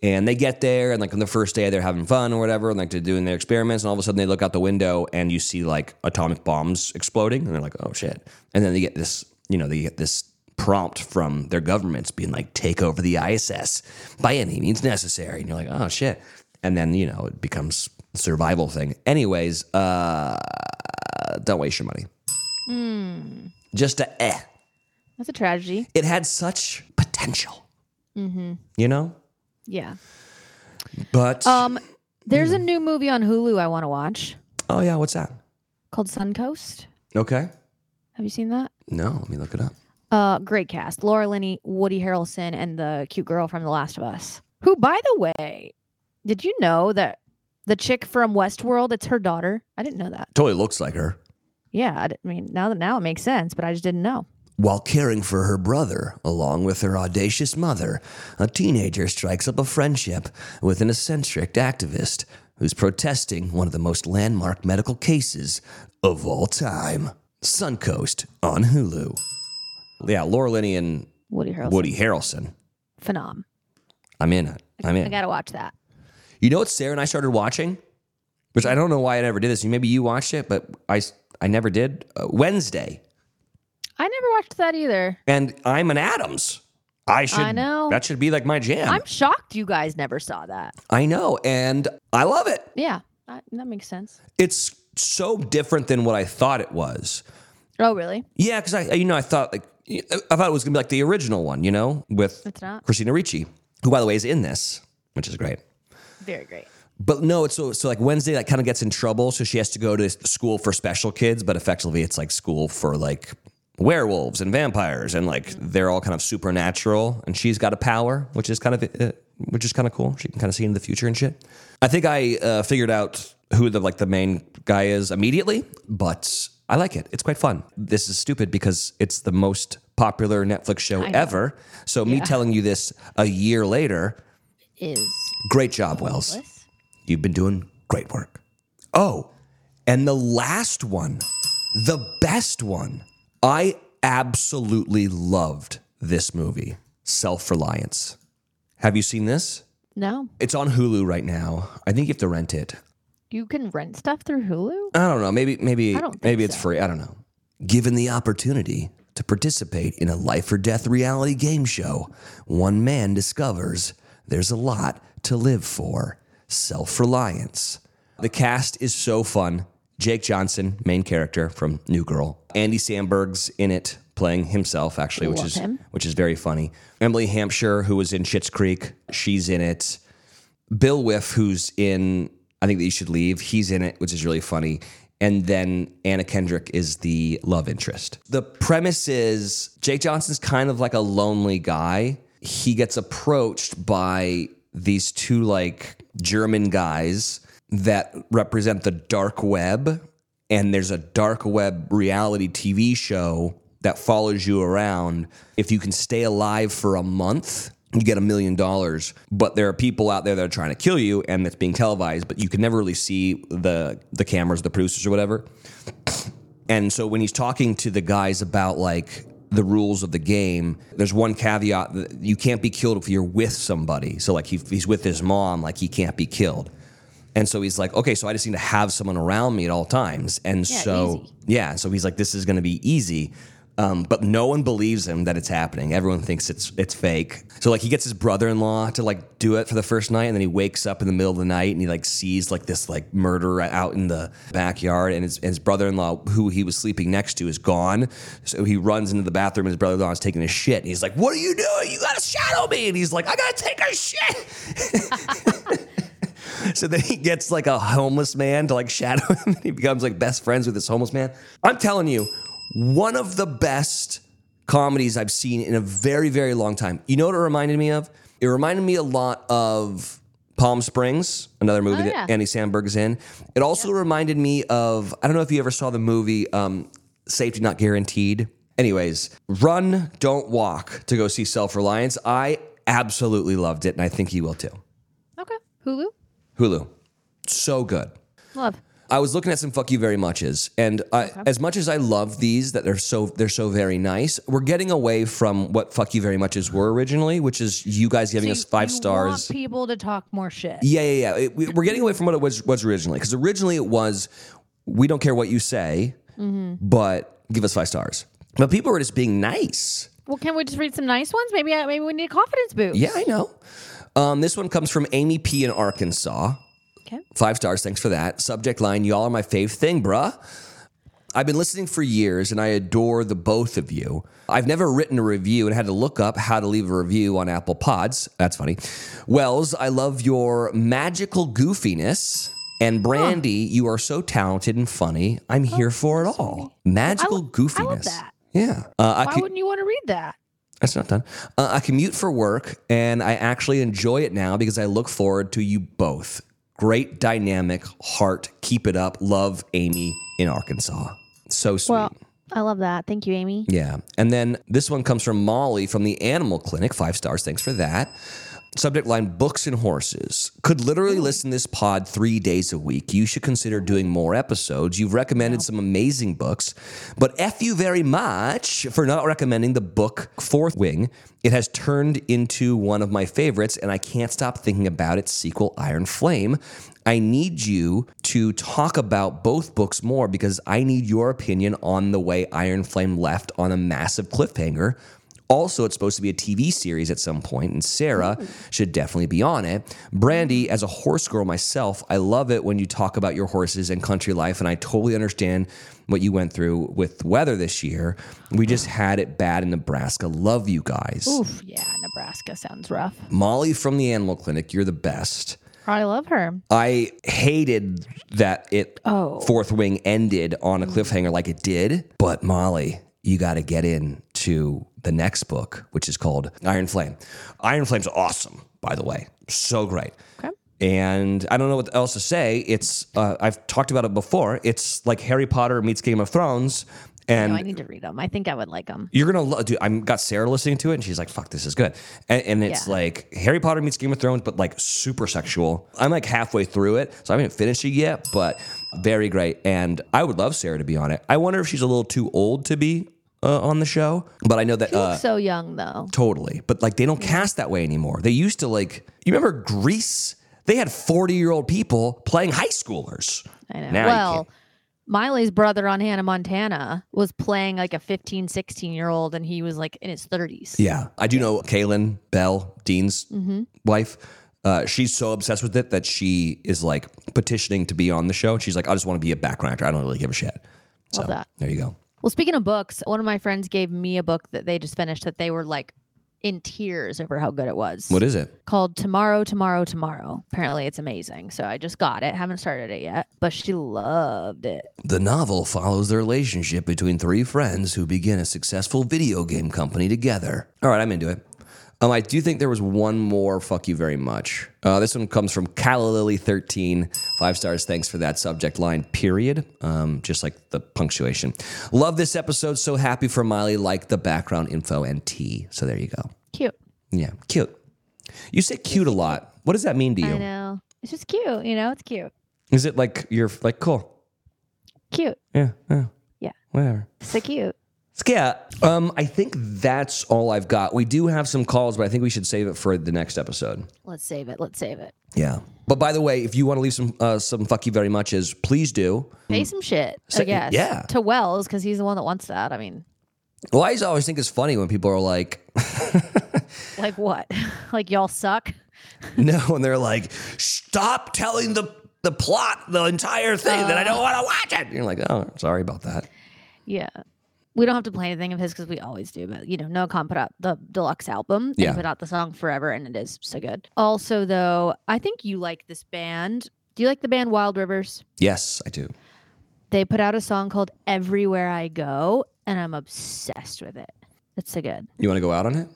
And they get there, and like on the first day, they're having fun or whatever, and like they're doing their experiments. And all of a sudden, they look out the window and you see like atomic bombs exploding, and they're like, oh shit. And then they get this, you know, they get this prompt from their governments being like, take over the ISS by any means necessary. And you're like, oh shit. And then, you know, it becomes a survival thing. Anyways, uh, don't waste your money. Just a eh. That's a tragedy. It had such potential, you know? Yeah. But, Um, there's a new movie on Hulu I want to watch oh yeah, what's that? called Suncoast. Okay. Have you seen that? No, let me look it up. Uh, great cast: Laura Linney, Woody Harrelson, and the cute girl from The Last of Us. Who, by the way, did you know that the chick from Westworld? It's her daughter. I didn't know that. Totally looks like her. Yeah, I, didn't- I mean, now that now it makes sense, but I just didn't know. While caring for her brother, along with her audacious mother, a teenager strikes up a friendship with an eccentric activist who's protesting one of the most landmark medical cases of all time Suncoast on Hulu. Yeah, Laura Linney and Woody Harrelson. Woody Harrelson. Phenom. I'm in it. I'm I in. gotta watch that. You know what Sarah and I started watching? Which I don't know why I never did this. Maybe you watched it, but I, I never did. Uh, Wednesday. I never watched that either. And I'm an Adams. I should. know. That should be like my jam. I'm shocked you guys never saw that. I know. And I love it. Yeah, that, that makes sense. It's so different than what I thought it was. Oh, really? Yeah, because I, you know, I thought like I thought it was gonna be like the original one, you know, with It's not. Christina Ricci, who by the way is in this, which is great. Very great. But no, it's so so like Wednesday like kind of gets in trouble, so she has to go to school for special kids, but effectively it's like school for like werewolves and vampires and like they're all kind of supernatural and she's got a power which is kind of uh, which is kind of cool she can kind of see into the future and shit i think i uh, figured out who the like the main guy is immediately but i like it it's quite fun this is stupid because it's the most popular netflix show ever so me telling you this a year later Is Great job, Wells. You've been doing great work. Oh, and the last one, the best one. I absolutely loved this movie, Self Reliance. Have you seen this? no. It's on Hulu right now. I think you have to rent it. You can rent stuff through Hulu. I don't know. Maybe maybe don't think maybe it's free. I don't know. Given the opportunity to participate in a life or death reality game show, one man discovers there's a lot to live for. Self-reliance. The cast is so fun. Jake Johnson, main character from New Girl. Andy Samberg's in it playing himself actually, which Love is him. which is very funny. Emily Hampshire who was in Schitt's Creek, she's in it. Bill Whiff, who's in I Think That You Should Leave, he's in it, which is really funny. And then Anna Kendrick is the love interest. The premise is Jake Johnson's kind of like a lonely guy. He gets approached by these two like German guys that represent the dark web. And there's a dark web reality TV show that follows you around. If you can stay alive for a month, you get a million dollars. But there are people out there that are trying to kill you, and it's being televised. But you can never really see the the cameras, the producers, or whatever. And so when he's talking to the guys about like the rules of the game, there's one caveat that you can't be killed if you're with somebody. So like he, he's with his mom, like he can't be killed. And so he's like, okay, so I just need to have someone around me at all times. And so yeah, so he's like, this is going to be easy. Um, but no one believes him that it's happening. Everyone thinks it's it's fake. So like he gets his brother-in-law to like do it for the first night, and then he wakes up in the middle of the night and he like sees like this like murderer out in the backyard, and his, his brother-in-law who he was sleeping next to is gone. So he runs into the bathroom. His brother-in-law is taking a shit, and he's like, "What are you doing? You gotta shadow me!" And he's like, "I gotta take a shit." So then he gets like a homeless man to like shadow him and he becomes like best friends with this homeless man. I'm telling you, one of the best comedies I've seen in a very, very long time. You know what it reminded me of? It reminded me a lot of Palm Springs, another movie yeah. that Andy Sandberg's in. It also reminded me of, I don't know if you ever saw the movie um, Safety Not Guaranteed. Anyways, run, don't walk to go see Self Reliance. I absolutely loved it and I think you will too. Okay. Hulu. Hulu. So good. Love. I was looking at some fuck you very muches, and I, as much as I love these, that they're so they're so very nice. We're getting away from what fuck you very muches were originally, which is you guys giving us five You stars. Want people to talk more shit. Yeah, yeah, yeah. It- we- we're getting away from what it was was originally because originally it was we don't care what you say, Mm-hmm. but give us five stars. But people were just being nice. Well, can we just read some nice ones? Maybe I, maybe we need a confidence boost. Yeah, I know. Um, this one comes from Amy P in Arkansas. Okay. Five stars. Thanks for that. Subject line: Y'all are my fave thing, bruh. I've been listening for years and I adore the both of you. I've never written a review and had to look up how to leave a review on Apple Pods. That's funny. Wells, I love your magical goofiness. And Brandy, you are so talented and funny. I'm Oh, here for it all. Magical goofiness. that. Yeah. Uh, I Why could- wouldn't you want to read that? that's not done. Uh, I commute for work and I actually enjoy it now because I look forward to you both. Great dynamic heart. Keep it up. Love Amy in Arkansas. So sweet. Well, I love that. Thank you, Amy. yeah. And then this one comes from Molly from the Animal Clinic. Five stars. Thanks for that. Subject line books and horses. Could literally listen to this pod three days a week. You should consider doing more episodes. You've recommended some amazing books, but F you very much for not recommending the book Fourth Wing. It has turned into one of my favorites, and I can't stop thinking about its sequel, Iron Flame. I need you to talk about both books more because I need your opinion on the way Iron Flame left on a massive cliffhanger. Also, it's supposed to be a TV series at some point, and Sarah should definitely be on it. Brandy, as a horse girl myself, I love it when you talk about your horses and country life, and I totally understand what you went through with weather this year. We just had it bad in Nebraska. Love you guys. Oof, yeah, Nebraska sounds rough. Molly from the animal clinic, you're the best. I love her. I hated that it Oh. Mm-hmm. Fourth Wing ended on a cliffhanger like it did. But Molly, you got to get in to the next book, which is called Iron Flame. Iron Flame's awesome, by the way. So great. Okay. And I don't know what else to say. It's uh, I've talked about it before. It's like Harry Potter meets Game of Thrones, and Uh, No, I need to read them. I think I would like them. you're gonna love. Dude, I'm got Sarah listening to it, and she's like, "Fuck, this is good." And, and it's Yeah. like Harry Potter meets Game of Thrones, but like super sexual. I'm like halfway through it, so I haven't finished it yet, but very great. And I would love Sarah to be on it. I wonder if she's a little too old to be uh, on the show, but I know that She uh, looks so young though. totally. But like, they don't cast that way anymore. They used to like. You remember Greece? They had 40 year old people playing high schoolers. I Now know. you can't. well, Miley's brother on Hannah Montana was playing like a 15, 16 year old and he was like in his 30s. Yeah, I do know Kaylin Bell, Dean's wife. Uh, she's so obsessed with it that she is like petitioning to be on the show. She's like, I just want to be a background actor. I don't really give a shit. So Love that. there you go. Well, speaking of books, one of my friends gave me a book that they just finished that they were like in tears over how good it was. What is it? called Tomorrow, Tomorrow, Tomorrow. Apparently it's amazing. So I just got it. Haven't started it yet, but she loved it. The novel follows the relationship between three friends who begin a successful video game company together. All right, I'm into it. Um, I do think there was one more fuck you very much. Uh, this one comes from Calalily13. Five stars, thanks for that subject line, period. Um, just like the punctuation. Love this episode. So happy for Miley. Like the background info and tea. So there you go. Cute. Yeah, cute. You say cute a lot. What does that mean to I you? know. It's just cute, you know, it's cute. Is it like you're like, cool? Cute. Yeah, yeah. Yeah. Whatever. So cute. Skia, um, I think that's all I've got. We do have some calls, but I think we should save it for the next episode. Let's save it. Let's save it. Yeah. But by the way, if you want to leave some uh, some fuck you very muches, please do. Pay some shit, So- I guess. Hmm. yeah. To Wells, because he's the one that wants that. I mean, Well, I just always think it's funny when people are like, like what? like y'all suck? no, and they're like, stop telling the the plot, the entire thing that I don't want to watch it. you're like, oh, sorry about that. Yeah. We don't have to play anything of his because we always do, but you know, Noah Khan put out the deluxe album Yeah. and put out the song Forever, and it is so good. Also, though, I think you like this band. Do you like the band Wild Rivers? Yes, I do. They put out a song called Everywhere I Go, and I'm obsessed with it. It's so good. You want to go out on it?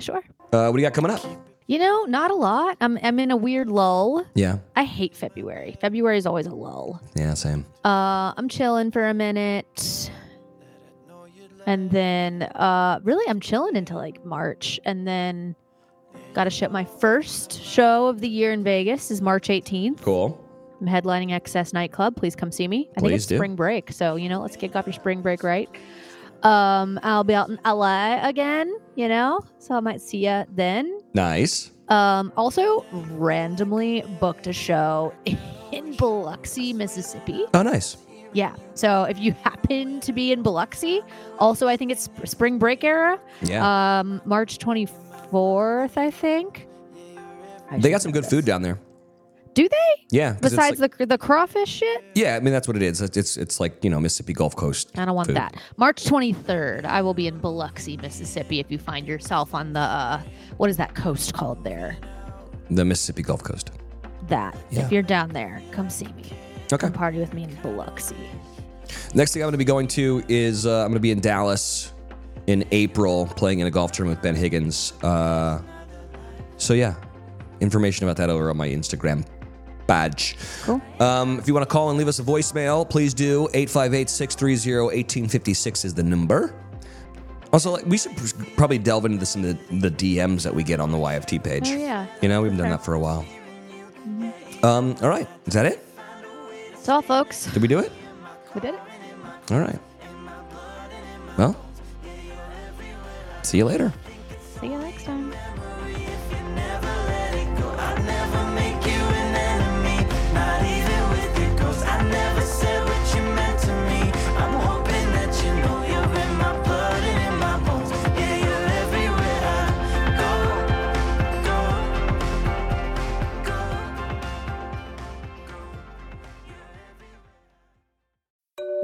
Sure. Uh, what do you got coming up? You know, not a lot. I'm, I'm in a weird lull. Yeah. I hate February. February is always a lull. Yeah, same. Uh, I'm chilling for a minute. And then uh really I'm chilling until like March and then got to ship my first show of the year in Vegas is March 18th. Cool. I'm headlining XS nightclub. Please come see me. I think Please it's do. spring break, so you know, let's kick off your spring break right. Um I'll be out in LA again, you know? So I might see ya then. Nice. Um, also, randomly booked a show in Biloxi, Mississippi. Oh, nice. Yeah. So if you happen to be in Biloxi, also I think it's sp- spring break era, Yeah. um, March 24th, I think. I they should got some know good this. food down there. Do they? Yeah. 'cause it's like- Besides the the crawfish shit, Yeah, I mean that's what it is. It's it's, it's like you know Mississippi Gulf Coast. I don't want food. that. March 23rd, I will be in Biloxi, Mississippi. If you find yourself on the uh, what is that coast called there? The Mississippi Gulf Coast. That Yeah. if you're down there, come see me. Okay. Come party with me in Biloxi. Next thing I'm going to be going to is uh, I'm going to be in Dallas in April playing in a golf tournament with Ben Higgins. Uh, so yeah, information about that over on my Instagram badge. Cool. Um, if you want to call and leave us a voicemail, please do. 858-630-1856 is the number. Also, like, we should pr- probably delve into this in the, the DMs that we get on the YFT page. Oh, yeah. Mm-hmm. You know, we haven't done that for a while. Um, all right. Is that it? That's all, folks. Did we do it? We did it. All right. Well, see you later. See you next time.